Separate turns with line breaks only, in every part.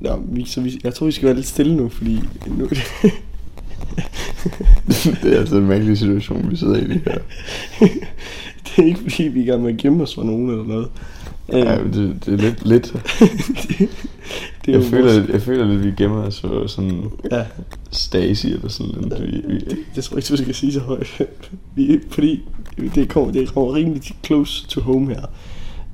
Nå, vi, så vi, jeg tror, vi skal være lidt stille nu, fordi nu...
det er altså en mærkelig situation, vi sidder i lige her.
det er ikke, fordi vi er i gang med at gemme os for nogen eller noget. Øh,
Ja, men det, det er lidt... lidt.
det, det er
Jeg
jo vores-
føler, jeg føler lidt, vi gemmer os for sådan
Ja,
Stasi eller sådan noget. Vi, vi,
det tror jeg ikke, du skal sige så højt. Vi- fordi det kommer, det kommer rimelig close to home her.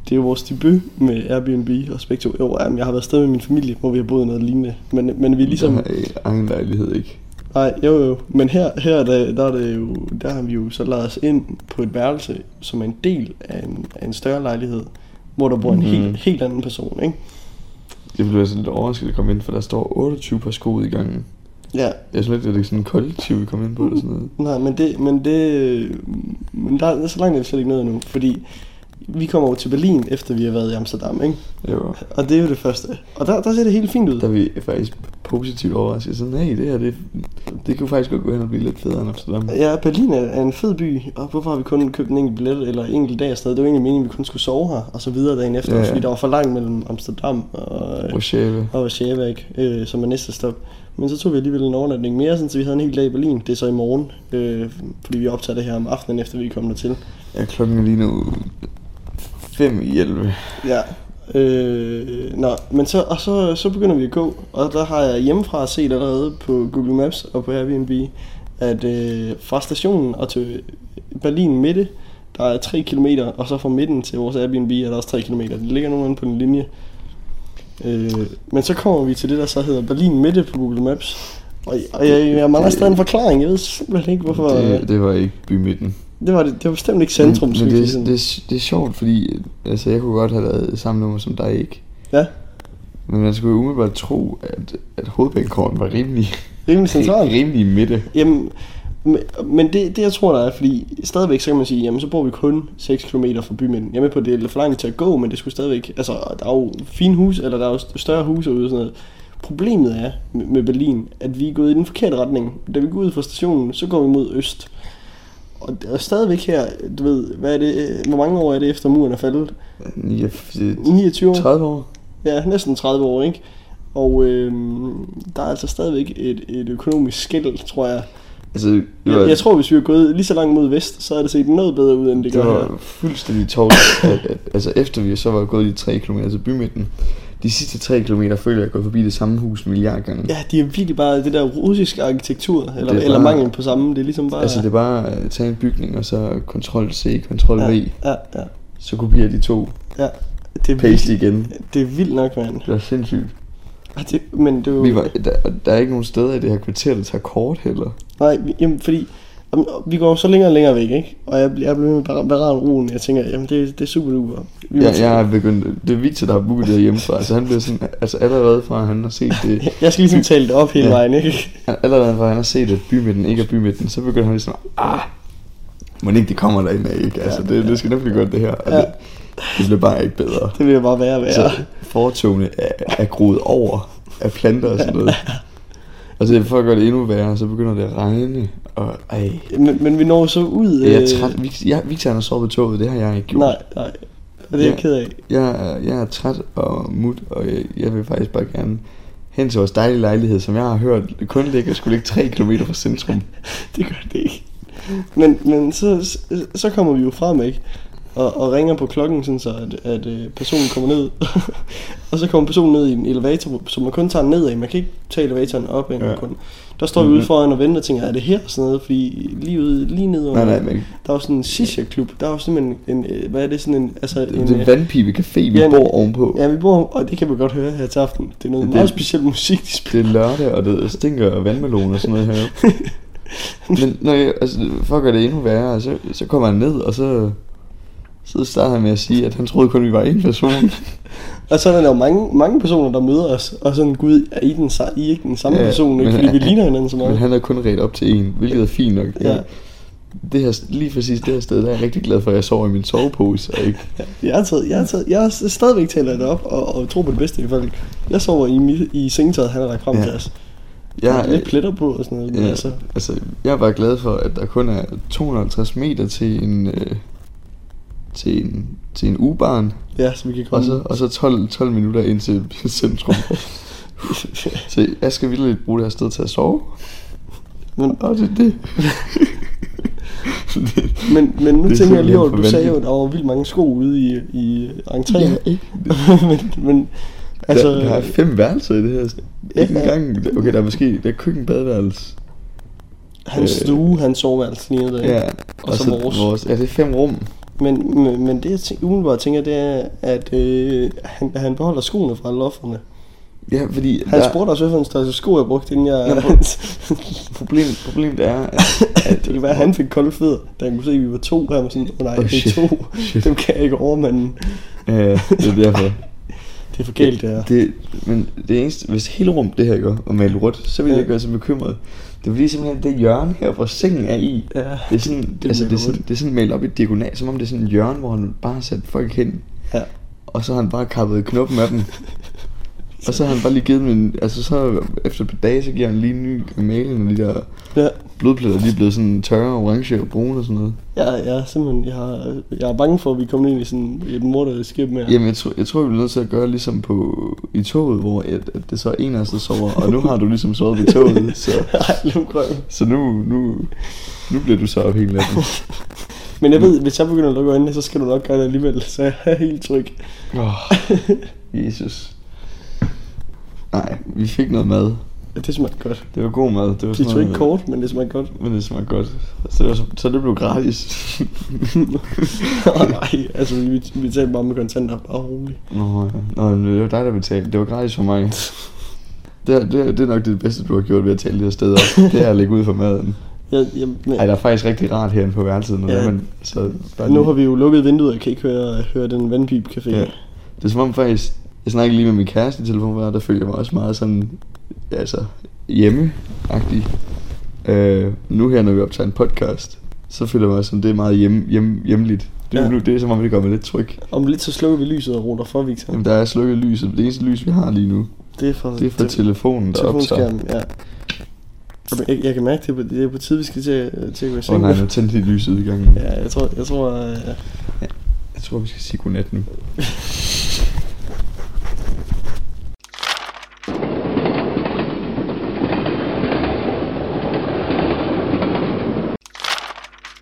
Det er jo vores debut med Airbnb og Spektrum. Jo, jamen, jeg har været afsted med min familie, hvor vi har boet i noget lignende. Men, men vi er
ligesom...
ligesom...
Der er egen lejlighed, ikke?
Nej, jo jo, men her, her er det, der, er det jo, der har vi jo så lavet os ind på et værelse, som er en del af en, af en større lejlighed, hvor der bor en mm.
Mhm.
helt, helt anden person, ikke?
Jeg blev altså lidt overrasket at komme ind, for der står 28 par sko ud i gangen.
Ja,
Jeg synes ikke, det er sådan en kollektiv, vi kom ind på eller sådan noget.
nej, men det, men det, men der, er- så langt er vi slet ikke nået endnu, fordi vi kommer over til Berlin, efter vi har været i Amsterdam, ikke?
Jo.
Og det er jo det første. Og der, der ser det helt fint ud.
Der er vi faktisk positivt overrasket. Sådan, hey, det her, det, det kunne faktisk godt gå hen og blive lidt federe end Amsterdam.
Ja, Berlin er, er en fed by, og hvorfor har vi kun købt en enkelt billet eller en enkelt dag afsted? Det var egentlig meningen, at vi kun skulle sove her, og så videre dagen efter,
Ja,
ja,
ja.
ja. fordi der var for langt mellem Amsterdam og, øh,
Warszawa.
og Warszawa, ikke? Øh, som er næste stop. Men så tog vi alligevel en overnatning mere, sådan, så vi havde en hel dag i Berlin. Det er så i morgen, øh, fordi vi optager det her om aftenen, efter vi er kommet dertil.
Ja, klokken er lige nu 5 i 11.
Ja. Øh, nå, men så, og så, så begynder vi at gå, og der har jeg hjemmefra set allerede på Google Maps og på Airbnb, at øh, fra stationen og til Berlin midte, der er 3 km, og så fra midten til vores Airbnb er der også 3 km. Det ligger nogenlunde på den linje. Øh, men så kommer vi til det, der så hedder Berlin midte på Google Maps. Og, og jeg, jeg mangler stadig en forklaring. Jeg ved simpelthen ikke, hvorfor...
Det, det var ikke bymidten.
Det var, det, det var bestemt ikke centrum,
men,
skal
men
vi sige
det,
sådan.
det, det, det er sjovt, fordi altså, jeg kunne godt have lavet samme nummer som dig, ikke?
Ja.
Men man skulle jo umiddelbart tro, at, at hovedbanegården var rimelig,
Rimelig centralt.
rimelig i midte.
Jamen, men- men det, det jeg tror der er, fordi stadigvæk så kan man sige, jamen så bor vi kun 6 km fra bymidten. Jeg er med på, at det er lidt for langt til at gå, men det skulle stadigvæk, altså der er jo fine hus, eller der er jo st- større huse ude og sådan noget. Problemet er med- med Berlin, at vi er gået i den forkerte retning. Da vi går ud fra stationen, så går vi mod øst. Og og stadigvæk her, du ved, hvad er det, øh, hvor mange år er det efter muren er faldet?
39
29 år?
år?
Ja, næsten 30 år, ikke? Og øhm, der er altså stadigvæk et, et økonomisk skæld, tror jeg,
Altså, det var,
jeg, jeg tror, hvis vi var gået lige så langt mod vest, så havde det set noget bedre ud, end det,
det
gør
var
her.
fuldstændig tårligt, at, at, altså efter vi så var gået de 3 km til bymidten, de sidste 3 km føler jeg, at jeg går forbi det samme hus en milliard gange.
Ja, de er virkelig bare det der russiske arkitektur, eller,
Det er
eller
bare-
mangel på samme. Det er ligesom bare...
Altså det er bare at tage en bygning og så kontrol C, kontrol V,
ja, ja, ja,
så kopierer de to,
ja. Det er,
paste
vildt,
igen.
det er vildt nok, mand.
Det var sindssygt.
Og Det, men det er jo...
Vi var, der, der er ikke nogen steder i det her kvarter, der tager kort heller.
Nej, vi- jamen, fordi... jamen, Vi går jo så længere og længere væk, ikke? Og jeg, bliver- jeg bliver ved med bare bare roen. Jeg tænker, jamen det, det er super duper. Vi må
Jeg,
til-
jeg er begyndt, det er Victor, der har booket det her hjemmefra. Altså han bliver sådan, altså allerede fra, at han har set det,
jeg skal ligesom tale det op hele
Ja.
vejen, ikke?
allerede fra, at han har set, at bymidten ikke er bymidten, så begynder han ligesom, ah, men ikke det kommer derinde af, ikke? Altså det, det skal nok blive godt det her. Og
Ja.
det, det bliver bare ikke bedre.
Det vil jeg bare være og være.
Så fortogene er, er groet over af planter og sådan noget. Og så for at gøre det endnu værre, så begynder det at regne, og ej,
Men, men vi når så ud...
jeg er
øh,
træt. Victor, jeg, Victor han har sovet på toget, det har jeg ikke gjort.
Nej, nej. Og det er jeg
Ja.
ked af.
Jeg, er- jeg er træt og mut, og jeg, jeg vil faktisk bare gerne hen til vores dejlige lejlighed, som jeg har hørt kun ligger skulle ligge 3 km fra centrum.
Det gør det ikke. Men, men så, så- så kommer vi jo frem, ikke? Og, og ringer på klokken, sådan så at, at øh, personen kommer ned. og så kommer personen ned i en elevator, så man kun tager den nedad. Man kan ikke tage elevatoren op af
Ja.
ja. kun. Der står vi
Mhm.
ude foran og venter og tænker, er det her og sådan noget? Fordi lige ude, lige nede under,
Nej, nej, men
der er jo sådan en shisha-klub. Der er jo simpelthen en, øh, hvad er det, sådan en, altså en,
det er
øh,
en vandpipe café, vi
ja, en-
bor ovenpå.
Ja, vi bor, og det kan man godt høre her til aften. Det er noget
Det-
det, meget speciel musik, de spiller.
Det er lørdag, og det stinker af vandmelon og sådan noget heroppe. Men når jeg, altså, for at gøre det endnu værre, så, så kommer han ned, og så, så starter han med at sige, at han troede kun, vi var én person.
Og så er der jo mange, mange personer, der møder os, og sådan, gud, er I, den, sa- I er ikke den samme
Ja,
ja, person, ikke?
men-
fordi vi ligner hinanden så
Men
meget.
han er kun ret op til en, hvilket er fint nok.
Ja,
Det her, lige præcis det her sted, der er jeg rigtig glad for, at jeg sover i min sovepose. Og ikke,
jeg har taget, jeg har taget, jeg har s- stadigvæk taler det op, og, og tror på det bedste i folk. Jeg sover i, mit- i sengetøjet, han har lagt frem
Ja.
ja. til os. Jeg
jeg,
har lidt pletter på og sådan noget, men
Ja.
altså,
altså, jeg er bare glad for, at der kun er 250 meter til en, øh, til en, til en ubarn,
ja, så vi kan komme.
og så, og så 12, 12 minutter ind til centrum. Så jeg skal virkelig bruge det her sted til at sove.
Men-
og det, det.
Men, men nu
Det er
tænker jeg lige
simpelthen
over,
for
du sagde jo, at
vanvittigt.
der var vildt mange sko ude i, i entréen.
Ja, ikke?
men, men
Altså,
altså,
der, der, er fem værelser i det her.
Ja,
Ikke
ja.
engang, okay, der er måske der er køkken, badeværelse.
hans
øh,
stue, hans soveværelse lignede det.
Ja,
Og så vores.
Ja, det er fem rum.
Men, men, men det, jeg tænker, umiddelbart tænker, det er, at øh, han, han beholder skoene fra lofterne.
Ja, fordi
Han
der-
spurgte også, hvilken størrelse sko jeg brugte, inden jeg...
Nå, Problemet, problemet er, at, at
det kan være, at han fik kolde fødder, da han kunne se, at vi var to. Han var sådan, oh, nej,
Åh,
oh, det er
shit.
to.
Shit.
Dem kan jeg ikke overmanden.
Øh, det er derfor.
Det er for galt, det her.
Det, men det eneste, hvis hele rum det her gør, og malet rødt, så ville
Ja.
jeg gøre så bekymret. Det er fordi simpelthen det hjørne her, hvor sengen er i,
Ja,
det er sådan, det,
er
det, altså, det, er
malet
sådan,
rødt.
det er sådan malet op i diagonal, som om det er sådan et hjørne, hvor han bare har sat folk hen.
Ja.
Og så har han bare kappet knoppen af dem. og så har han bare lige givet dem en, altså så efter et par dage, så giver han lige en ny gang maling, og de der
Ja,
blodpletter lige er blevet sådan tørre, orange og brune og sådan noget.
jeg, jeg er simpelthen, jeg, har, jeg er bange for, at vi kommer ind i sådan et mordet skib med.
Jamen, jeg, tror, jeg tror, vi bliver nødt til at gøre ligesom på, i toget, hvor at, at det så er en af os, der sover, og nu har du ligesom sovet ved toget, så,
Ej, lumkrøm.
så nu, nu, nu bliver du så helt af den.
Men jeg ved, hvis jeg begynder at lukke øjnene, så skal du nok gøre det alligevel, så jeg er helt tryg.
Oh, Jesus. Nej, vi fik noget mad.
Ja, Det smagte godt.
Det var god mad. Det var
De
sådan
tog ikke
noget-
kort, men det smagte godt.
Men det smagte godt. Så det, var, så- så det blev gratis.
Åh, nej, altså vi, vi- vi talte bare med kontanter, bare roligt.
Nå, ja. Nå, men det var dig, der betalte. Det var gratis for mig. Det, er- det, er- det er nok det bedste, du har gjort ved at tale det her sted op. Det er at lægge ud for maden.
Jeg, jeg, men,
Ej, der er faktisk rigtig rart herinde på værelset, når
Ja.
ja. man så bare
nu
lige-
har vi jo lukket vinduet, jeg kan ikke høre, høre den vandpipcafé.
Ja. Det er som om faktisk, jeg snakkede lige med min kæreste i telefonen, og der følte jeg mig også meget sådan, altså, hjemme -agtig. Øh, nu her, når vi optager en podcast, så føler jeg mig som, det er meget hjem, hjem, hjemligt. Det,
Ja.
ja. det er som om, det gør mig lidt tryg.
Om lidt så slukker vi lyset og ruter for, Victor.
Jamen, der er slukket lys, og det eneste lys, vi har lige nu,
Det er for,
det er fra telefonen, der optager.
telefonskærmen, ja. Jamen, Jeg, jeg kan mærke, det er på, det er på tide, vi skal til, til at gå i
Åh oh,
seng.
nej, nu tændte de lyset i gangen.
ja, jeg tror, jeg tror øh,
Jeg tror, vi skal sige godnat nu.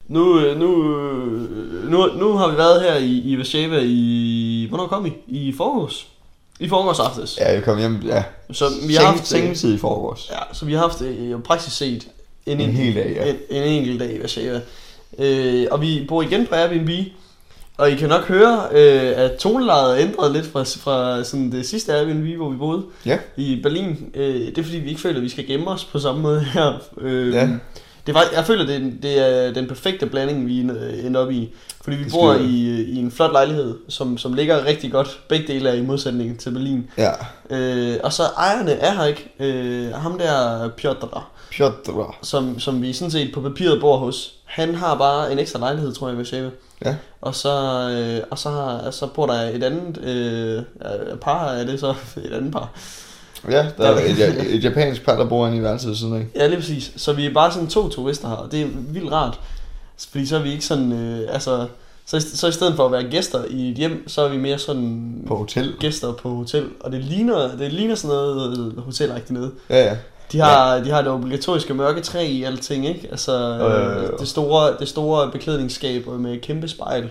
Nu, øh, nu, øh, nu, nu har vi været her i, i Varsava i... Hvornår kom I? I forgårs? I forgårs aftes.
Ja, jeg kom hjem, ja.
Så vi har haft...
sengetid i forgårs.
Ja, så vi har haft øh, jo praktisk set en,
En hel dag, ja.
en, en enkelt dag i Varsava. Øh, og vi bor igen på Airbnb. Og I kan nok høre, øh, at tonelejet er ændret lidt fra, fra sådan det sidste Airbnb, hvor vi boede
Ja.
i Berlin. Øh, det er fordi, vi ikke føler, at vi skal gemme os på samme måde her. Øh,
Ja.
Det var, jeg føler, det, er- det er den perfekte blanding, vi øh, ender op i. Fordi vi
Det
bor
styrer.
i, øh, i en flot lejlighed, som, som ligger rigtig godt. Begge dele er i modsætning til Berlin.
Ja.
Øh, og så ejerne er her ikke. Øh, ham der Piotr,
Piotr.
som, som vi sådan set på papiret bor hos, han har bare en ekstra lejlighed, tror jeg, i Varsava.
Ja.
Og så, øh, og så, har, så bor der et andet øh, øh, par, er det så et andet par,
Ja, der er et, et, et japansk par, der bor inde i værelset ved siden af.
Ja, lige præcis. Så vi er bare sådan to turister her, og det er vildt rart. Fordi så er vi ikke sådan, øh, altså... Så, i- så i stedet for at være gæster i et hjem, så er vi mere sådan
På hotel.
gæster på hotel. Og det ligner, det ligner sådan noget øh, hotelagtigt noget.
Ja, ja.
De har, ja. de har det obligatoriske mørke træ i alting, ikke? Altså øh,
Øh.
det, store, det store beklædningsskab med kæmpe spejl.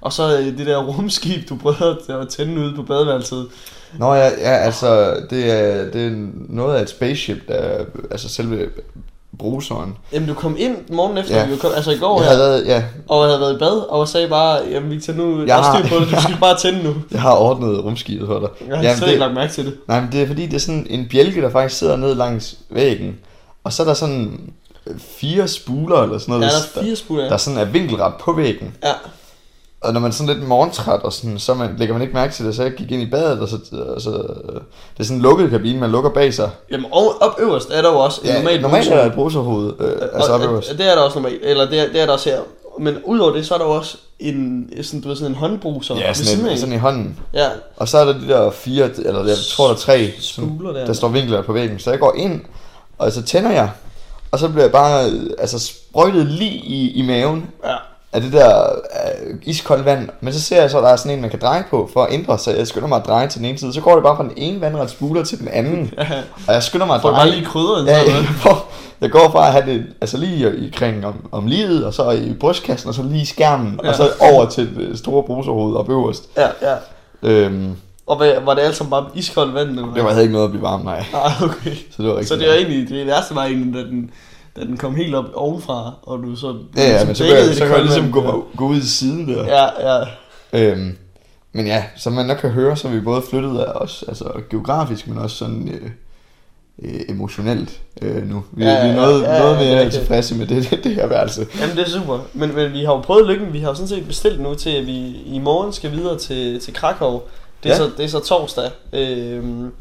Og så øh, det der rumskib, du prøvede at tænde ude på badeværelset.
Nå ja, ja altså, det er, det er noget af et spaceship, der er- altså selve bruseren.
Jamen du kom ind morgen efter,
Ja.
ja. vi var kom, altså i går
Jeg
her.
har, lavet, ja,
Og jeg havde været i bad, og sagde bare, jamen Victor, nu jeg
Jeg
der er styr
har-
på det, du skal bare tænde nu.
jeg har ordnet rumskibet for dig.
Jeg har slet
det,
ikke lagt mærke til det.
nej, men det er fordi, det er sådan en bjælke, der faktisk sidder ned langs væggen. Og så er der sådan fire spuler eller sådan
Ja,
noget,
der er fire spud af.
der sådan er vinkelret på væggen.
Ja,
Og når man er sådan lidt morgentræt og sådan, så man, lægger man ikke mærke til det, så jeg gik ind i badet, og så, og så det er sådan en lukket kabine, man lukker bag sig.
jamen og op øverst er der jo også en
Ja,
normal
normalt, normalt er
bruser.
der et bruserhoved, øh, altså
Og-
op øverst.
Det er der også normalt, eller det er, det er der også her. Men udover det, så er der jo også en, sådan, du ved, sådan en håndbruser
Ja,
ved siden
sådan,
af.
en, sådan i hånden.
Ja,
Og så er der de der fire, eller jeg tror der er tre, sådan,
spuler der.
der står vinkler på væggen. Så jeg går ind, og så tænder jeg, og så bliver jeg bare øh, altså, sprøjtet lige i, i maven
Ja,
af det der øh, iskoldt vand. Men så ser jeg så, at der er sådan en, man kan dreje på for at ændre sig. Jeg skynder mig at dreje til den ene side. Så går det bare fra den ene vandrets buler til den anden. Og jeg skynder mig at
Får du
dreje.
bare lige krydderen?
Ja,
sådan
jeg,
noget?
får, jeg går fra at have det altså lige i kring om, om livet, og så i brystkassen, og så lige i skærmen, ja.
Ja.
og så over til det store bruserhoved op øverst.
ja, ja.
Øhm,
Og hvad, var det alt sammen bare iskoldt vand? Eller? hvad?
det var jeg havde ikke noget at blive varm af.
Ah, okay.
Så det var ikke
Så
så
det var egentlig, det værste var egentlig, da den, da den kom helt op ovenfra, og du så...
Ja, ja,
ligesom
men så kan
dækkede
jeg,
det
så kan jeg
kolde
ligesom gå,
vand.
gå ud i siden der.
Ja, ja.
Øhm, men ja, som man nok kan høre, så er vi både flyttet af os, altså geografisk, men også sådan øh, øh, emotionelt øh, nu. Vi,
Ja,
ja, vi er noget,
ja, ja,
noget
ja,
mere
det er det.
tilfredse med det, det, det her værelse.
Jamen, det er super. Men, men vi har jo prøvet lykken. Vi har jo sådan set bestilt nu til, at vi i morgen skal videre til, til Krakow. Det er,
Ja.
så, det er så torsdag. Øhm,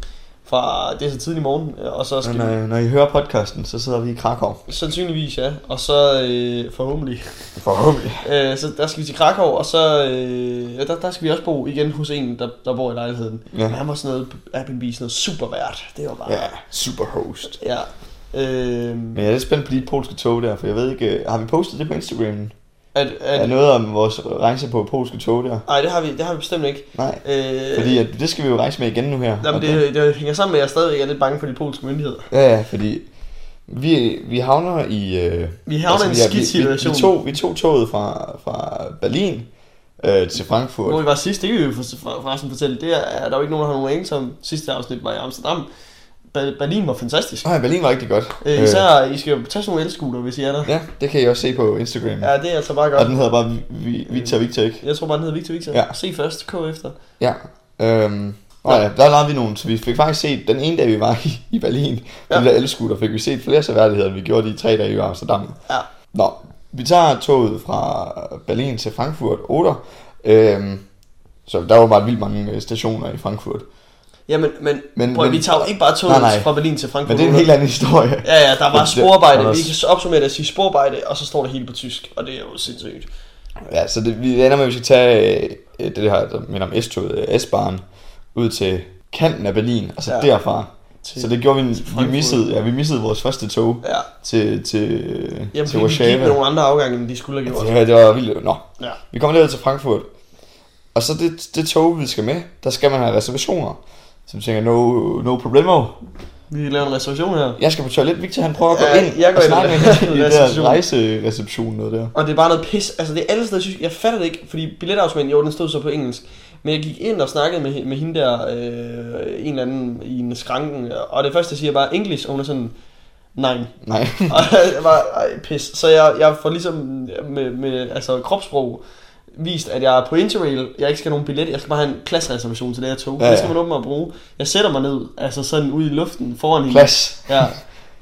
fra, det er så tidlig morgen, og så skal
Men,
vi...
øh, når I hører podcasten, så sidder vi i Krakow.
Sandsynligvis, ja. Og så øh, forhåbentlig.
Forhåbentlig.
Øh, så der skal vi til Krakow, og så øh, ja, der, der skal vi også bo igen hos en, der, der bor i lejligheden.
Ja.
Ja. Han var sådan noget Airbnb, sådan noget super vært. Det var bare...
Ja, super host.
Ja. Øhm,
Men jeg er lidt spændt på de polske tog der, for jeg ved ikke, øh, har vi postet det på Instagram?
at,
Er
at,
noget om vores rejse på polske tog der?
nej, det har, vi, det har vi bestemt ikke.
Nej.
Øh,
Fordi at, det skal vi jo rejse med igen nu her.
Jamen,
og
det, det hænger sammen med, at jeg stadigvæk er lidt bange for de polske myndigheder.
Ja, ja, fordi vi, vi havner i... Øh,
Vi havner i en
vi- vi-
skidt-situation.
Vi, tog, vi tog toget fra, fra Berlin øh, til
Hvor
Frankfurt.
vi var sidst, det kan vi jo for- for- forresten fortælle, det er, der er jo ikke nogen, der har nogen anelse om. Sidste afsnit var i Amsterdam. Ba- Berlin var fantastisk.
Nej, Berlin var rigtig godt.
Øh, især, I skal jo tage sådan nogle elskuter, hvis I er der.
Øh, ja, det kan I også se på Instagram. Ja,
Ja, det er altså bare
og den
godt.
hedder bare Vi- Vi- Victor Victor, ikke?
Jeg tror bare, den hedder Victor Victor.
Ja.
Se først, K efter.
Ja. Øhm, og ja, der lavede vi nogle, så vi fik faktisk set, den ene dag vi var i, i Berlin, ja.
Ja.
den der elskuter, fik vi set flere seværdigheder, end vi gjorde de tre dage i Amsterdam.
Ja.
Nå, vi tager toget fra Berlin til Frankfurt, Oder. Øhm, så der var bare vildt mange øh, stationer i Frankfurt.
Ja, men, men,
Men-
men, bror,
men-
vi tager jo ikke bare toget
Nej, nej.
fra Berlin til Frankfurt.
Men det er en helt anden historie.
Ja, ja, der er bare
Men det-
sporarbejde. Vi
Anders.
kan opsummere det og sige sporarbejde, og så står det hele på tysk. Og det er jo sindssygt.
Ja, så det, vi ender med, at vi skal tage øh, det det her, der minder om S-toget, øh, S-baren, ud til kanten af Berlin, og så ja.
Ja.
derfra.
Til-
Så det gjorde vi, vi
Frankfurt.
missede, ja, vi missede vores første tog
Ja.
til, til,
Jamen,
til
fordi vi gik med
Warszawa. Altså,
nogle andre afgange, end de skulle have gjort.
Ja, det var vildt. Nå,
Ja.
vi kommer derud til Frankfurt, og så det, det tog, vi skal med, der skal man have reservationer. Så vi tænker, no, no problemo.
Vi laver en reservation her.
Jeg skal på toilet, Victor han prøver at gå
Ja,
ind
jeg går
og
ind
snakke
i
med
den
hende i det der
reception.
rejsereception noget der.
Og det er bare noget pis. Altså, det er alle steder, synes jeg, jeg fatter det ikke, fordi billetautomaten, jo, den stod så på engelsk. Men jeg gik ind og snakkede med, med hende der, øh, en eller anden i en skranken, og det første, jeg siger, bare engelsk, og hun er sådan, nej.
Nej.
Og jeg var, ej, pis. Så jeg, jeg får ligesom med, med altså, kropssprog vist, at jeg er på Interrail, jeg ikke skal have nogen billet, jeg skal bare have en klassereservation til det her tog.
Ja,
Ja,
ja.
ja. Det skal man åbenbart bruge. Jeg sætter mig ned, altså sådan ude i luften foran hende.
Plads.
Ja.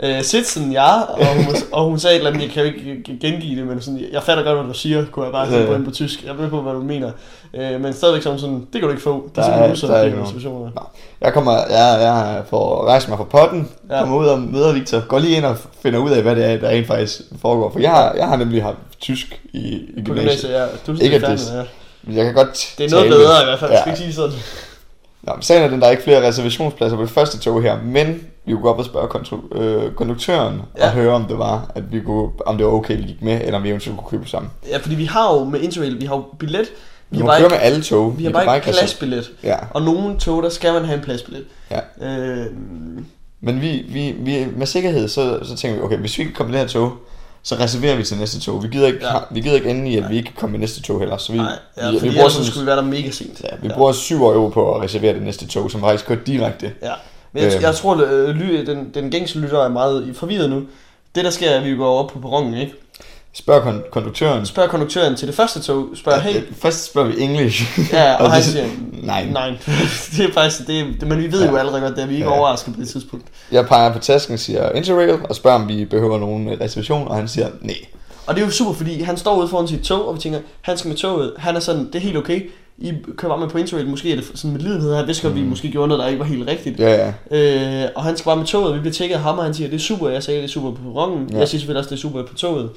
Øh, Sitsen, ja, og hun, og hun sagde et eller andet, jeg kan jo ikke g- gengive det, men sådan, jeg fatter godt, hvad du siger, kunne jeg bare
Ja,
sige
ja.
på, på tysk, jeg ved på, hvad du mener. Øh, men stadigvæk sådan, sådan, det kan du ikke få, det
Der
er
er-
simpelthen huset,
der er
der
ikke
er
noget.
situationer.
Jeg kommer, jeg, jeg får rejst mig fra potten, ja.
Ja.
kommer ud og møder Victor, går lige ind og finder ud af, hvad det er, der rent faktisk foregår. For jeg har, jeg har nemlig haft tysk i, i
På
gymnasiet.
gymnasiet, ja, du
Ikke
ikke
at det-
det, ja.
Men jeg kan godt
det er noget
tale.
bedre i hvert fald, ja.
Ja.
skal ikke sige sådan.
Nå, men sagen er den, der er ikke flere reservationspladser på det første tog her, men vi kunne gå op og spørge kontru- øh, konduktøren ja.
Ja.
og høre, om det var, at vi kunne, om det var okay, vi gik med, eller om vi eventuelt kunne købe sammen.
Ja, fordi vi har jo med Interrail, vi har jo billet, vi
Vi
har
må
bare
køre
ikke,
med alle tog.
vi har
kan
bare ikke
have-
pladsbillet,
Ja,
og nogle tog, der skal man have en pladsbillet.
Ja.
Øh,
men vi, vi, vi, med sikkerhed, så, så tænker vi, okay, hvis vi ikke kommer det her tog, så reserverer vi til næste tog. Vi gider ikke, ja.
Ja.
vi gider ikke ende i, at vi ikke kan komme i næste tog heller. Så vi,
nej, ja,
vi,
fordi
vi bruger,
ellers så
sådan,
skulle vi være der mega sent.
ja, vi bruger 7 euro på at reservere det næste tog, som faktisk kører direkte.
Ja, men jeg,
Øhm.
øhm. jeg tror, at øh, ly- den, den gængse lytter er meget forvirret nu. Det, der sker, er, at vi går op på perronen, ikke?
Spørger kon- konduktøren.
Spørger konduktøren til det første tog, spørger, hey,
Øh, Først spørger vi engelsk.
ja, og han
det-
siger,
nej.
nej,
nej.
det er faktisk, det, er- det men vi ved
Ja.
jo allerede godt, det er, vi er ikke
Ja.
overrasket på det tidspunkt.
Jeg peger på tasken, siger Interrail, og spørger, om vi behøver nogen øh, reservation, og han siger nej.
Og det er jo super, fordi han står ude foran sit tog, og vi tænker, han skal med toget, han er sådan, det er helt okay, I kører bare med på interrail, måske er det sådan med lidenhed, han vidste godt, vi måske gjorde noget, der ikke var helt rigtigt.
Mm. Ja, ja.
Øh, og han skal bare med toget, vi bliver tjekket af ham, og han siger, det er super, jeg sagde, det er super på perronen,
Ja.
ja. jeg siger selvfølgelig også, det er super på toget.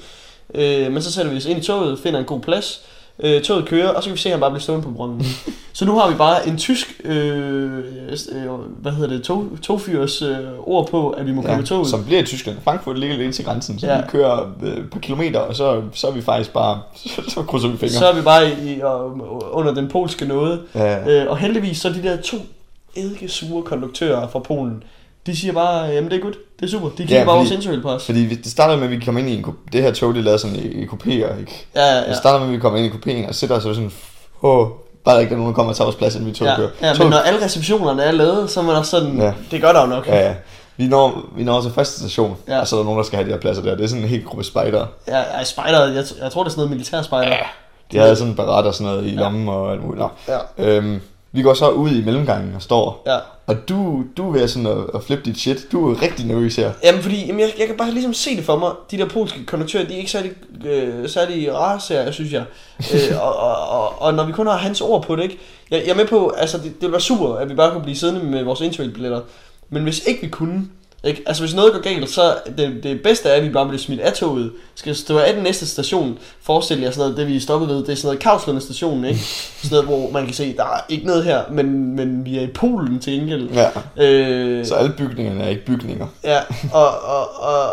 Øh, men så sætter vi os ind i toget, finder en god plads, Øh, toget kører, og så kan vi se, at han bare bliver stående på brønden. så nu har vi bare en tysk, øh, øh, hvad hedder det, tog, togfyrs øh, ord på, at vi må komme ja, toget.
som bliver i Tyskland. Frankfurt ligger lidt ind til grænsen, så
Ja.
ja. vi kører øh, et par kilometer, og så, så er vi faktisk bare, så, så krydser vi fingre.
Så er vi bare i, i, og- under den polske nåde.
Ja.
Øh, og heldigvis så de der to eddike sure konduktører fra Polen, de siger bare, øh, jamen det er godt, det er super. De kigger ja,
Ja,
bare
fordi-
vores interrail på os.
Fordi vi- det startede med, at vi kom ind i en kup- Det her tog, det lavede sådan i, i kupéer, ikke?
Ja, ja,
Ja.
ja.
Det startede med, at vi kommer ind i kupéen og sætter os og sådan, åh, bare der ikke er nogen, der kommer og tager vores plads, inden vi tog
Ja,
kører.
ja, men
Toget-
når alle receptionerne er lavet, så er man også sådan, ja.
Ja.
det gør der jo nok.
ja, ja. Vi når, vi når til første station,
Ja.
ja. og så er der nogen, der skal have de her pladser der. Det er sådan en helt gruppe spejdere.
Ja, ja spejder, jeg, jeg tror det er sådan noget militærspejder. Ja.
De havde sådan en barat og sådan noget i lommen og alt muligt. Nå.
Ja.
Øhm, vi går så ud i mellemgangen og står.
ja.
Og du, du er ved sådan at, at flippe dit shit. Du er rigtig nervøs her.
Jamen fordi, jamen, jeg, jeg kan bare ligesom se det for mig. De der polske konduktører, de er ikke særlig, øh, særlig rare serier, synes jeg. Øh, og, og, og, og, når vi kun har hans ord på det, ikke? Jeg, jeg er med på, altså det, det ville være super, at vi bare kunne blive siddende med vores interrailbilletter. Men hvis ikke vi kunne, ikke? Altså hvis noget går galt, så det, det bedste er, at vi bare bliver smidt af toget. Skal stå af den næste station, forestil jer sådan noget, det vi er stoppet ved, det er sådan noget Kavslunde station, ikke? Sådan noget, hvor man kan se, der er ikke noget her, men, men vi er i Polen til gengæld.
Ja.
Øh,
Så alle bygningerne er ikke bygninger.
Ja, og, og, og,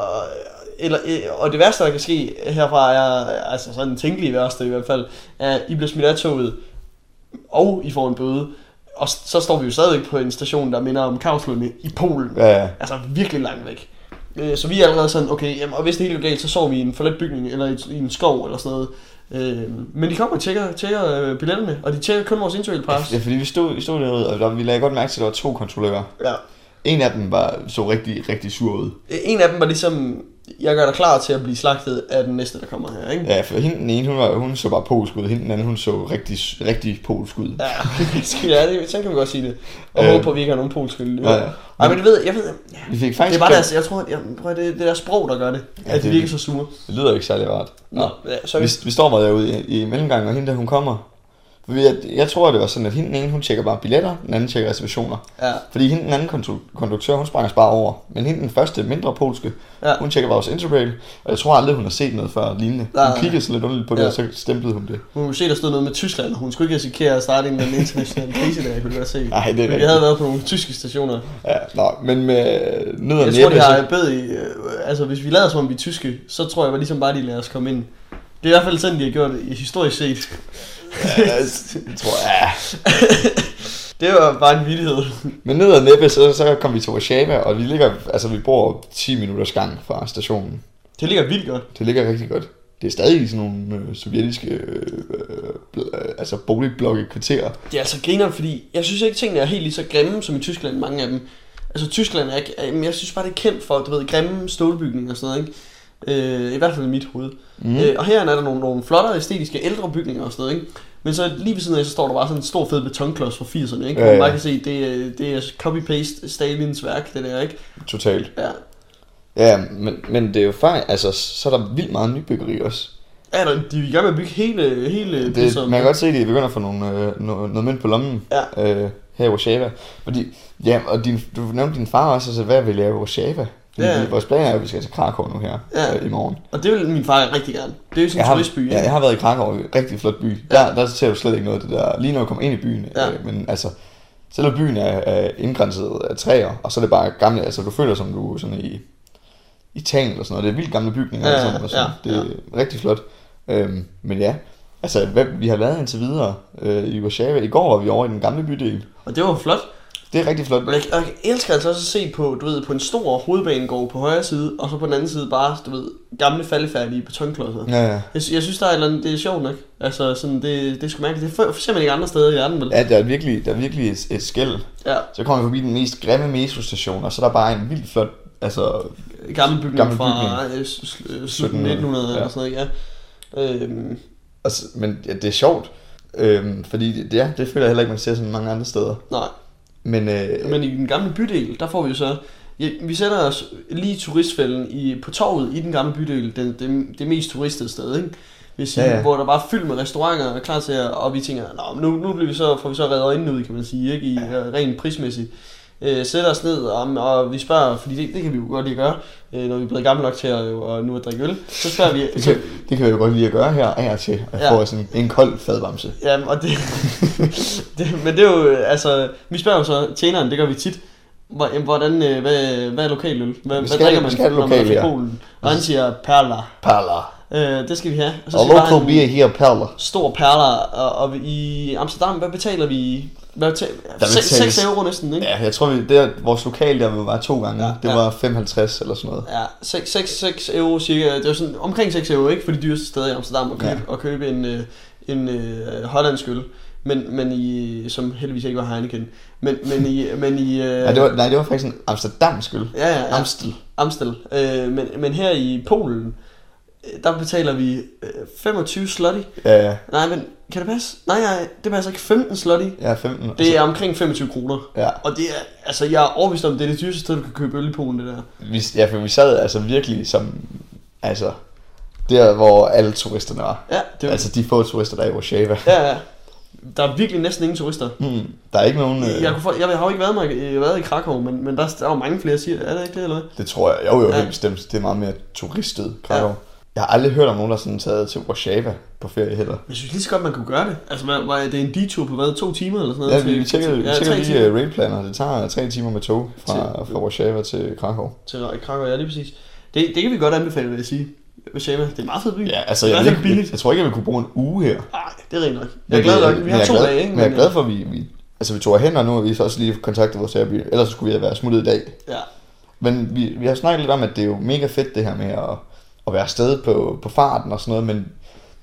eller, øh, og det værste, der kan ske herfra, er altså sådan en tænkelig værste i hvert fald, er, at I bliver smidt af toget, og I får en bøde, og s- så står vi jo stadigvæk på en station, der minder om Kavslunde i Polen.
Ja, ja.
Altså virkelig langt væk. Øh, Så vi er allerede sådan, okay, jamen, og hvis det hele går galt, så sover vi i en forladt bygning, eller i, i en skov, eller sådan noget. Øh, men de kommer og tjekker, tjekker øh, billetterne, og de tjekker kun vores interrail pass.
Ja, fordi vi stod, vi stod derude, og der, vi lagde godt mærke til, at der var to kontrollører.
Ja.
En af dem var, så rigtig, rigtig sur ud.
En af dem var ligesom, jeg gør dig klar til at blive slagtet af den næste, der kommer her, ikke?
Ja, for hende den ene, hun, var, hun så bare polsk ud. Hende den anden, hun så rigtig, rigtig polsk ud.
Ja, ja det, sådan kan vi godt sige det. Og øh,
Øh.
håbe på, at vi ikke har nogen polske lytter.
Ja, ja.
Ej, men det ved jeg, ved, ja,
Vi fik faktisk...
det er bare deres, jeg tror, jeg, prøv, det, det er deres sprog, der gør det. Ja,
Ja,
at de
det-
virker så sure.
Det lyder ikke særlig rart.
Nå, ja, så
Vi, vi står bare derude i, i mellemgangen, og hende der, hun kommer. Fordi Jeg, jeg tror, det var sådan, at hende den ene, hun tjekker bare billetter, den anden tjekker reservationer.
Ja,
Fordi hende den anden kondu- konduktør, hun sprang os bare over. Men hende den første, mindre polske,
Ja.
ja. hun tjekker vores interrail. Og jeg tror aldrig, hun har set noget før lignende.
Nej, nej.
Hun kiggede sådan lidt underligt på det,
Ja.
og så stemplede hun det.
hun kunne se, der stod noget med Tyskland, og hun skulle ikke risikere at starte en eller anden international krise, der jeg kunne godt se.
Nej, det
Men
er
vi havde
rigtigt.
været på nogle tyske stationer.
Ja, nå, men med nød og
Jeg tror,
næppe,
de
så,
har bed i, øh, altså hvis vi lader som om vi er tyske, så tror jeg bare ligesom bare, de lader os komme ind. Det er i hvert fald sådan, de har gjort det i- historisk set.
ja, s- tror jeg, ja.
Det var bare en vildhed.
Men ned ad næppe, så, så kom vi til Warszawa, og vi ligger, altså vi bor 10 minutters gang fra stationen.
Det ligger vildt godt.
Det ligger rigtig godt. Det er stadig sådan nogle øh, sovjetiske øh, øh, bl- øh, altså boligblokke kvarterer.
Det er altså griner, fordi jeg synes ikke, tingene er helt lige så grimme som i Tyskland, mange af dem. Altså Tyskland er ikke, men jeg synes bare, det er kendt for, du ved, grimme stålbygninger og sådan noget, ikke? Øh, I hvert fald i mit hoved. Mm. Øh, og her er der nogle, nogle flottere, æstetiske, ældre bygninger og sådan noget, ikke? Men så lige ved siden af, så står der bare sådan en stor fed betonklods fra 80'erne, ikke? Ja, ja. Hvor
Ja, ja.
man bare kan se, det er, det er copy-paste Stalins værk, det der, ikke?
Totalt.
Ja.
Ja, men, men det er jo faktisk, altså så er der vildt meget nybyggeri også.
Ja, der, de er i gang med at bygge hele, hele
Det,
Pilsum.
man kan godt se, at de begynder at få nogle, øh, no, noget mønt på lommen
Ja.
øh, her i Warszawa. Fordi, ja, og din, du nævnte din far også, altså hvad vil jeg i Warszawa?
Ja.
Ja. Vores plan er, at vi skal til Krakow nu her
Ja.
ja. øh, i morgen.
Og det vil min far rigtig gerne. Det er jo sådan
Jeg
en
har,
turistby, ikke?
ja, jeg har været i Krakow, en rigtig flot by.
Ja.
Ja. Der, der ser du slet ikke noget af det der. Lige når du kommer ind i byen,
Ja.
ja. øh, men altså, selvom byen er, er indgrænset af træer, og så er det bare gamle, altså du føler som du er sådan i Italien eller sådan noget. Det er vildt gamle bygninger
Ja,
ja, og sådan, og sådan.
ja,
Ja, Det er rigtig flot. Øhm, men ja, altså hvad vi har været indtil videre øh, i Warszawa. I går var vi over i den gamle bydel.
Og det var flot.
Det er rigtig flot.
Men jeg, jeg elsker altså også at se på, du ved, på en stor hovedbanegård på højre side, og så på den anden side bare, du ved, gamle faldefærdige betonklodser. Ja.
Ja, ja.
Jeg, sy- jeg synes, der er et eller andet, det er sjovt nok. Altså, sådan, det, det er sgu mærkeligt. Det er for, simpelthen ikke andre steder i verden, vel?
Ja, der er virkelig, der er virkelig et, et skæld.
Ja.
Så kommer vi forbi den mest grimme metrostation, og så er der bare en vildt flot, altså
Gamle bygninger
Gamle
fra øh, s- s- øh, slutten af 1900
Ja.
eller sådan noget, ja. Øhm,
Altså, men ja, det er sjovt, øhm, fordi det, ja, det føler jeg heller ikke, man ser sådan mange andre steder.
nej,
Men, øh, men
men i den gamle bydel, der får vi jo så... Ja, vi sætter os lige i turistfælden i, på torvet i den gamle bydel, den, det, det mest turistede sted, ikke? Hvis ja,
Ja,
ja.
ja.
Hvor der bare er fyldt med restauranter og klar til at, og vi tænker, Nå, men nu, nu bliver vi så, får vi så reddet øjnene ud, kan man sige, ikke? I ja. rent øh, prismæssigt. øh, sætter os ned, og, og vi spørger, fordi det, det kan vi jo godt lige gøre, øh, når vi er blevet gamle nok til at, jo, og nu at drikke øl, så spørger vi,
Det
så,
kan, det kan jeg jo godt lide at gøre her af og til. Og jeg
Ja.
får sådan en kold fadbamse.
ja, og det, det, men det er jo, altså, vi spørger jo så tjeneren, det gør vi tit, hvor- jamen, hvordan, øh, hvad, hvad er lokal øl? Hvad, hvad
skal-
drikker
vi
man,
skal have
når man er
lokal,
fra
ja.
Polen? Og han siger perler.
Perler.
Øh, det skal vi have.
Og
siger vi bare
local
en-
beer her perler.
stor perler, og, og i Amsterdam, hvad betaler vi? Hvad betaler, 6,
betales-
6 euro næsten, ikke?
Ja, jeg tror, vi, der, vores lokal der var to gange.
Ja,
det
ja.
var 55 eller sådan noget.
Ja, 6, 6, 6 euro cirka, det er jo sådan omkring 6 euro, ikke? For de dyreste steder i Amsterdam at købe, ja. at købe en, øh, en øh, hollandsk øl. Men, men i, som heldigvis ikke var Heineken. Men, men i... Men i øh,
Ja, det var, nej, det var faktisk en Amsterdamsk øl.
ja, ja, ja,
Amstel.
Amstel. Øh, men, men her i Polen, øh, der betaler vi øh, 25 slotty.
Ja, ja.
Nej, men kan det passe? Nej, nej, det passer ikke. 15 slotty.
Ja, 15. og
Det
så-
er omkring 25 kroner.
Ja.
Og det er, altså jeg er overbevist om, det er det dyreste sted, du kan købe øl i Polen, det der.
Vi, ja, for vi sad altså virkelig som, altså, der hvor alle turisterne var.
Ja, det er
Altså de få turister, der er i Warszawa.
ja, ja. Der er virkelig næsten ingen turister.
Mm, der er ikke nogen, øh,
Jeg, kunne for, jeg har jo ikke været, mig, jeg har været i Krakow, men, men der, er- der er jo mange flere, siger, er det ikke det, eller hvad?
det tror jeg, jo jo,
Ja.
helt bestemt, det er meget mere turistet, Krakow. Jeg har aldrig hørt om nogen, der er sådan taget til Warszawa på ferie heller.
Jeg synes lige så godt, man kunne gøre det. Altså, hvad, var det en detur på hvad, to timer eller sådan
Ja,
noget?
vi, vi tjekkede, vi
ja,
tjekkede
tre
lige uh, railplaner, det tager tre timer med tog fra,
Til-
fra Warszawa til Krakow.
timer til Krakow, ja, lige præcis. Det, det kan vi godt anbefale, vil jeg sige. Warszawa, det er en meget fed by.
Ja, altså,
Det er
jeg,
i
jeg,
hvert fald
jeg,
billigt.
jeg, jeg tror ikke, jeg vil kunne bruge en uge her.
Ej, det er rent nok. Jeg er glad nok. Vi
men
har
jeg er
to
glad-
dage, ikke? øh,
Men jeg er glad for, at vi, vi, altså, vi tog hen, og nu har vi så også lige kontaktet vores terapi. Ellers så skulle vi have været smuttet i dag.
Ja,
Men vi, vi har snakket lidt om, at det er jo mega fedt det her med at, at være afsted på, på farten og sådan noget, men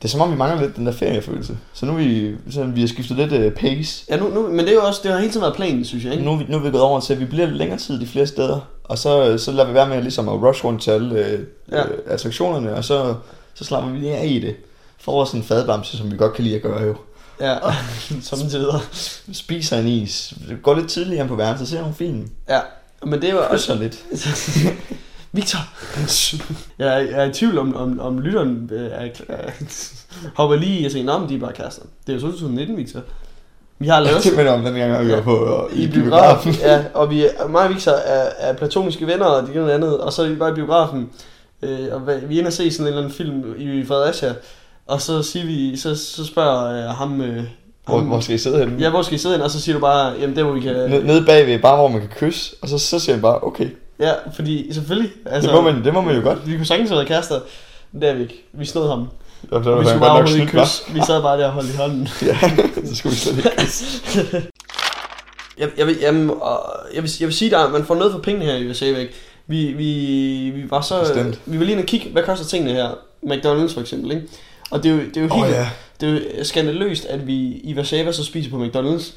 det er som om, vi mangler lidt den der feriefølelse. Så nu er vi, sådan, vi har skiftet lidt øh, pace.
ja nu, nu, men det er jo også, det har hele tiden været planen, synes jeg, ikke?
Nu, er vi- nu er vi gået over til, at vi bliver lidt længere tid de flere steder, og så, så lader vi være med ligesom at rush rundt til alle øh,
Ja.
ja. attraktionerne, og så, så slapper vi lige af i det. Får os en fadbamse, som vi godt kan lide at gøre jo.
Ja, som til videre.
Spiser en is, går lidt tidligere på værelset, ser nogle film,
Ja, men det er jo også...
kysser lidt.
Victor! jeg, er, jeg er i tvivl om, om, om lytteren øh, er, er, hopper lige i og siger, om de er bare kærester. Det er jo 2019, Victor. Vi har lavet...
Det minder om den gang, vi var på øh,
I biografen, ja, og vi, er- mig og Victor er, er platoniske venner og det ene og det andet, og så er vi bare i biografen, øh, og hvad- vi er inde og se sådan en eller anden film i Fredericia, og så, siger vi, så, så spørger jeg ham, øh,
Hvor,
ham
hvor skal I sidde henne?
ja, hvor skal I sidde hen, og så siger du bare, jamen der hvor vi kan...
Ned- Nede bagved, bare hvor man kan kysse, og så, så siger han bare, okay,
Ja, fordi selvfølgelig.
altså, det, må man, det må man jo godt.
Vi kunne sagtens have været kærester. Men det er vi ikke. Vi snød ham.
Ja, det var
vi
da
skulle
godt
bare
nok
overhovedet ikke
snydt, hva'?
kysse. Vi sad bare der og holdt i hånden.
Ja, så skulle vi slet ikke.
jeg, jeg, vil, jamen, og jeg, vil, jeg vil sige, at man får noget for pengene her i USA, ikke? Vi, vi, vi var så...
Bestemt.
Vi var lige inde og kigge, hvad koster tingene her? McDonald's for eksempel, ikke? Og det er jo, det er jo
Åh
helt...
ja,
Det er jo skandaløst, at vi i Warszawa så spiser på McDonald's.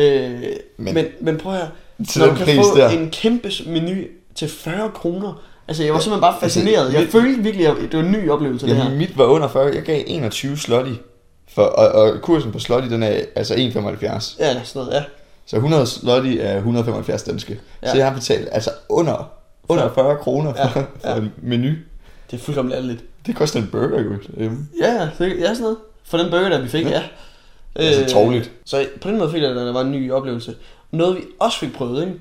Øh, men,
Men-
men, men prøv her.
til
Når du
den
kan
pris
få
der.
en kæmpe menu til 40 kroner. Altså, jeg var simpelthen bare fascineret.
altså,
Jeg
mit-
følte virkelig, at det var en ny oplevelse, det her.
Jamen, mit var under 40, jeg gav 21 slotty. For, og, og kursen på slotty, den er altså 1,75.
Ja, sådan noget, ja.
Så 100 slotty er 175 danske.
Ja.
Ja. Så jeg har betalt altså under, under 40 kroner for,
Ja,
ja.
ja.
for en menu.
Det er fuldkommen latterligt.
Det koster en burger jo. Øhm, derhjemme.
Ja, ja, det, ja, sådan noget. For den burger, der vi fik, ja.
Ja.
ja. Øh,
Altså, tovligt.
Så på den måde føler jeg, at det var en ny oplevelse. Noget vi også fik prøvet, ikke?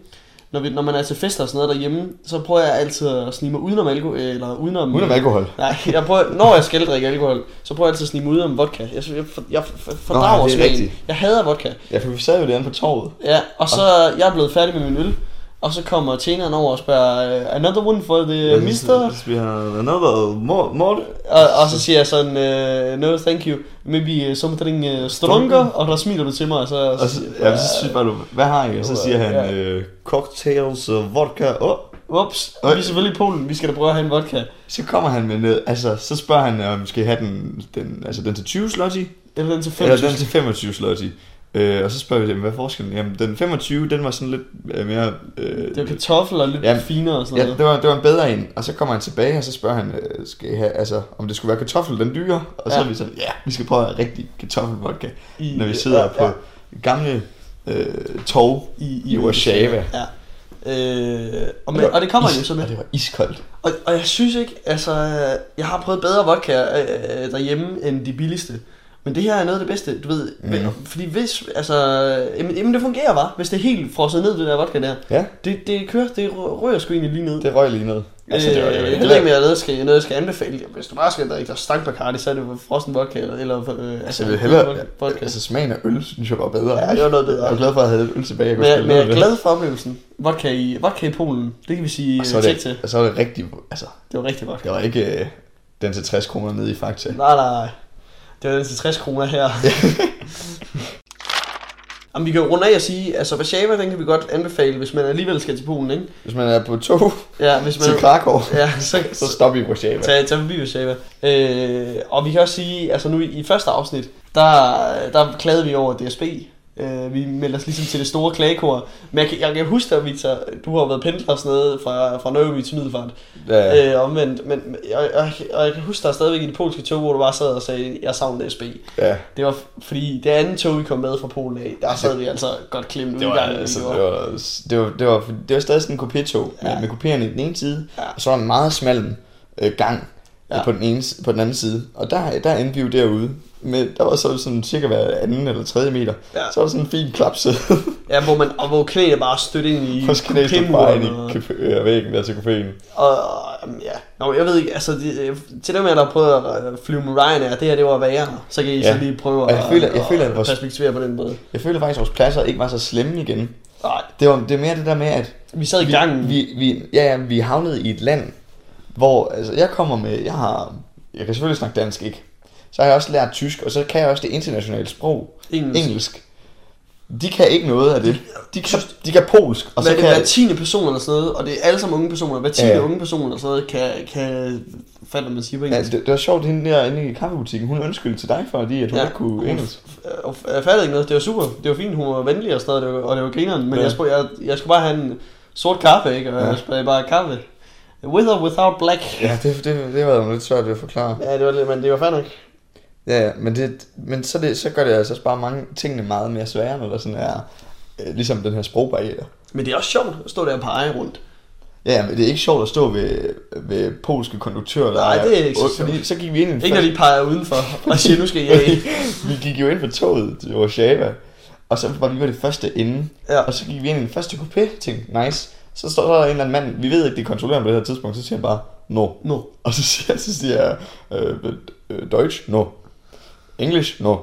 Når, vi, når man er til fester og sådan noget derhjemme, så prøver jeg altid at snige mig udenom alkohol, øh, eller udenom...
Uden om alkohol.
Nej, jeg prøver, når jeg skal drikke alkohol, så prøver jeg altid at snige mig udenom vodka. Jeg, jeg, for- jeg for- fordrager
Nå, det er
smagen.
rigtigt.
Jeg hader vodka.
Ja, for vi sad jo derinde på torvet.
Ja, og så jeg er blevet færdig med min øl, og så kommer tjeneren over og spørger, "Øh, another one for the mister?
Vi har another more, more.
Og, og så siger jeg sådan, uh, no thank you, maybe uh, something uh, stronger, og der smiler du til mig, og så,
Og så, ja, så siger bare du, hvad har I? Og så siger han,
Ja.
øh, cocktails og vodka. Oh.
Øh, ups, vi er selvfølgelig i Polen, vi skal da prøve at have en vodka.
Så kommer han med noget, altså så spørger han, om skal I have den, den, altså den til 20 slotty,
Eller den til 5.
eller den til 25 slotty. Øh, og så spørger vi dem, hvad er forskellen? Jamen den 25, den var sådan lidt øh, mere... Øh,
Det var kartofler og lidt
Jamen,
finere og sådan
ja,
noget.
det var, det var en bedre en. Og så kommer han tilbage, og så spørger han, øh, skal I have, altså, om det skulle være kartoffel, den dyre. Og så
Ja.
ja. er vi sådan, ja, vi skal prøve at have rigtig kartoffelvodka,
I-
når vi sidder
ja,
ja, på
ja.
gamle øh, tog
I-
i,
i
i Warszawa.
Ja. Øh, og, men, og det kommer han jo så med.
Og det var iskoldt.
Og, og jeg synes ikke, altså, jeg har prøvet bedre vodka øh, derhjemme øh, end de billigste. Men det her er noget af det bedste, du ved.
Mhm.
Mm. Fordi hvis, altså, jamen, jamen det fungerer, var, Hvis det er helt frosset ned, det der vodka der.
Ja.
Det, det kører, det rø- rører sgu egentlig lige ned.
Det røg lige ned.
Altså, det var, det var, jeg ved ikke, om jeg er noget, skal, noget, jeg skal anbefale. jer. Hvis du bare skal drikke dig stank Bacardi, så er det frossen vodka. Eller, eller øh,
Altså, jeg vil hellere...
Vodka.
Altså, smagen af øl, synes jeg var bedre.
Ja, det var noget bedre.
Jeg er glad for, at jeg havde et øl tilbage. Jeg kunne
men, jeg,
spille
men jeg er
med.
glad for oplevelsen. Vodka i, vodka i Polen, det kan vi sige
Og så er
øh, tjek til.
det, og så er det rigtig... Altså,
Det var rigtig vodka.
det var ikke øh, den til 60 kroner nede i Fakta.
Nej, nej. Det var den til 60 kroner her. Jamen, vi kan jo runde af og sige, altså Warszawa, den kan vi godt anbefale, hvis man alligevel skal til Polen, ikke?
Hvis man er på tog
Ja, hvis man...
til Krakow,
Ja, så,
så stop i Warszawa.
Tag, tag forbi Warszawa. Øh, og vi kan også sige, altså nu i, i første afsnit, der, der klagede vi over DSB. Øh, vi meldte os ligesom til det store klagekor. Men jeg kan, jeg kan huske dig, Victor, du har været pendler og sådan noget fra, fra Nørreby til Middelfart.
Ja.
Øh, omvendt, men men- og, og, og, jeg kan huske dig stadigvæk i det polske tog, hvor du bare sad og sagde, jeg savner DSB.
ja.
Det var f- fordi det andet tog, vi kom med fra Polen af, der sad vi altså godt klemt ud i
Det var,
gangen.
altså,
vi
det,
gjorde.
var, det, var, det, var, det var stadig sådan en kopétog med,
Ja.
med kopéerne i den ene side,
Ja.
og så var der en meget smal øh, gang
Ja.
ja. på, den ene, s- på den anden side. Og der, der endte vi jo derude. Med, der var så sådan cirka hver anden eller tredje meter.
Ja.
Ja. Så var der sådan en fin klapsæde.
Ja, hvor, man, og hvor knæene bare stødte ind i
Og så knæste du bare ind i kupé- øh, væggen der til kopéen.
Og, og øhm, ja, Nå, men jeg ved ikke, altså det, øh, til dem af jer, der har prøvet at øh, flyve med Ryanair, det her det var værre, så kan I ja.
Ja.
så lige prøve
Og jeg
at,
føler- jeg føler, at
at
vores-
perspektivere på den måde.
Jeg føler faktisk, at vores pladser ikke var så slemme igen.
Nej,
Det, var, det er mere det der med, at
vi sad i gangen.
Vi, vi, ja, ja, vi er havnet i et land, hvor altså, jeg kommer med, jeg har, jeg kan selvfølgelig snakke dansk, ikke? Så har jeg også lært tysk, og så kan jeg også det internationale sprog,
engelsk.
engelsk. De kan ikke noget af det. De kan, de kan polsk, og
Og så
så
hver,
kan
kan... hver tiende person eller sådan noget, og det er alle sammen unge personer, hver tiende
Ja.
unge person eller sådan noget, kan, kan fatte, man siger på
Ja,
engelsk.
det, det var sjovt, hende der inde i kaffebutikken, hun undskyldte til dig, fordi at hun ja. ikke kunne engelsk.
Øh, Og f- Jeg fattede ikke noget. Det var super. Det var fint. Hun var venlig og sådan noget, det var- og det var grineren. Men ja.
Ja.
jeg, skulle, jeg, jeg skulle bare have en sort kaffe, ikke? Og ja.
Ja.
jeg skulle bare kaffe. With or without black.
Ja, det, det, det var jo lidt svært ved at forklare.
Ja, det var det, men det var fair nok.
Ja, ja, men, det, men så, det, så gør det altså også bare mange tingene meget mere svære, når der sådan er øh, ligesom den her sprogbarriere.
Men det er også sjovt at stå der og pege rundt.
Ja, men det er ikke sjovt at stå ved, ved polske konduktører. der
Nej, det er ikke så
og-
sjovt.
Fordi så gik vi ind i en
Ikke når de peger udenfor og siger, nu skal jeg ikke.
vi gik jo ind på toget til Warszawa, og så var vi på det første ende.
Ja.
Og så gik vi ind i den første coupé, tænkte, nice. Så står der en eller anden mand, vi ved ikke, det er kontrolløren på det her tidspunkt, så siger han bare, no.
No.
Og så siger, så siger jeg, øh, øh, Deutsch, no. English, no.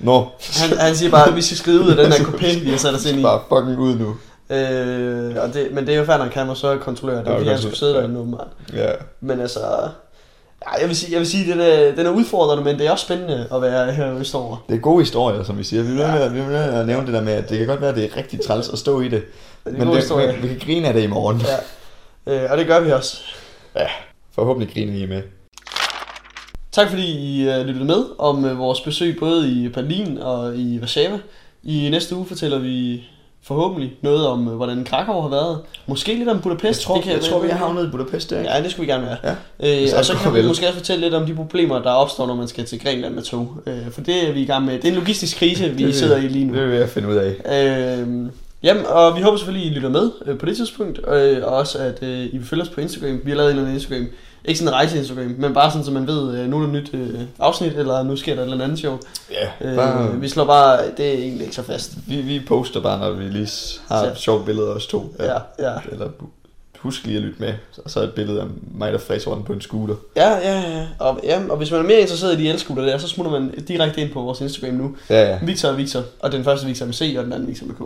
No.
Han, han siger bare, at vi skal skride ud af den der kopé, vi har sat os ind i.
Bare fucking ud nu.
Øh, og det, men det er jo fair nok, han var så kontrollør. Det
Ja,
var fordi, han
kontrollør.
skulle sidde der nu, åbenbart.
Ja.
Men altså... Ja, jeg vil sige, jeg vil sige den, er, den er udfordrende, men det er også spændende at være her østover.
Det er gode historier, som vi siger. Vi bliver nødt til at- vi bliver nødt til at nævne det der med, at det kan godt være, at det er rigtig træls at stå i det.
Det er en
Men
god
det,
historie.
vi, vi kan grine af det i morgen.
Ja. Øh, og det gør vi også.
Forhåbentlig griner I med.
Tak fordi I øh, lyttede med om øh, vores besøg både i Berlin og i Warszawa. I næste uge fortæller vi forhåbentlig noget om, øh, hvordan Krakow har været. Måske lidt om Budapest.
Jeg tror, jeg, jeg tror vi har
havnet.
havnet i Budapest der, ikke?
Ja, det skulle vi gerne være.
Ja.
Øh,
Så
og så
går
kan vi
vel.
måske også fortælle lidt om de problemer, der opstår, når man skal til Grækenland med tog. Øh, for det er vi i gang med. Det er en logistisk krise, vi
Det er-
sidder i lige nu.
Det er vi ved at finde ud af.
Øh, jamen, og vi håber selvfølgelig, I lytter med øh, på det tidspunkt, øh, og også at øh, I vil følge os på Instagram. Vi har lavet en eller anden Instagram. Ikke sådan en rejse-Instagram, men bare sådan, så man ved, øh, nu er der nyt øh, afsnit, eller nu sker der et eller andet sjov.
Ja,
Øh,
bare,
Vi slår bare, det er egentlig ikke så fast.
vi, vi poster bare, når vi lige s- har
Ja.
et sjovt billede af os to.
Ja, ja.
Eller bu- husk lige at lytte med. Og så et billede af mig, der fræser rundt på en scooter.
Ja, ja, ja. Og, ja, og hvis man er mere interesseret i de elskutter der, så smutter man direkte ind på vores Instagram nu.
Ja, ja.
Victor og Victor, og den første Victor med C, og den anden Victor med K.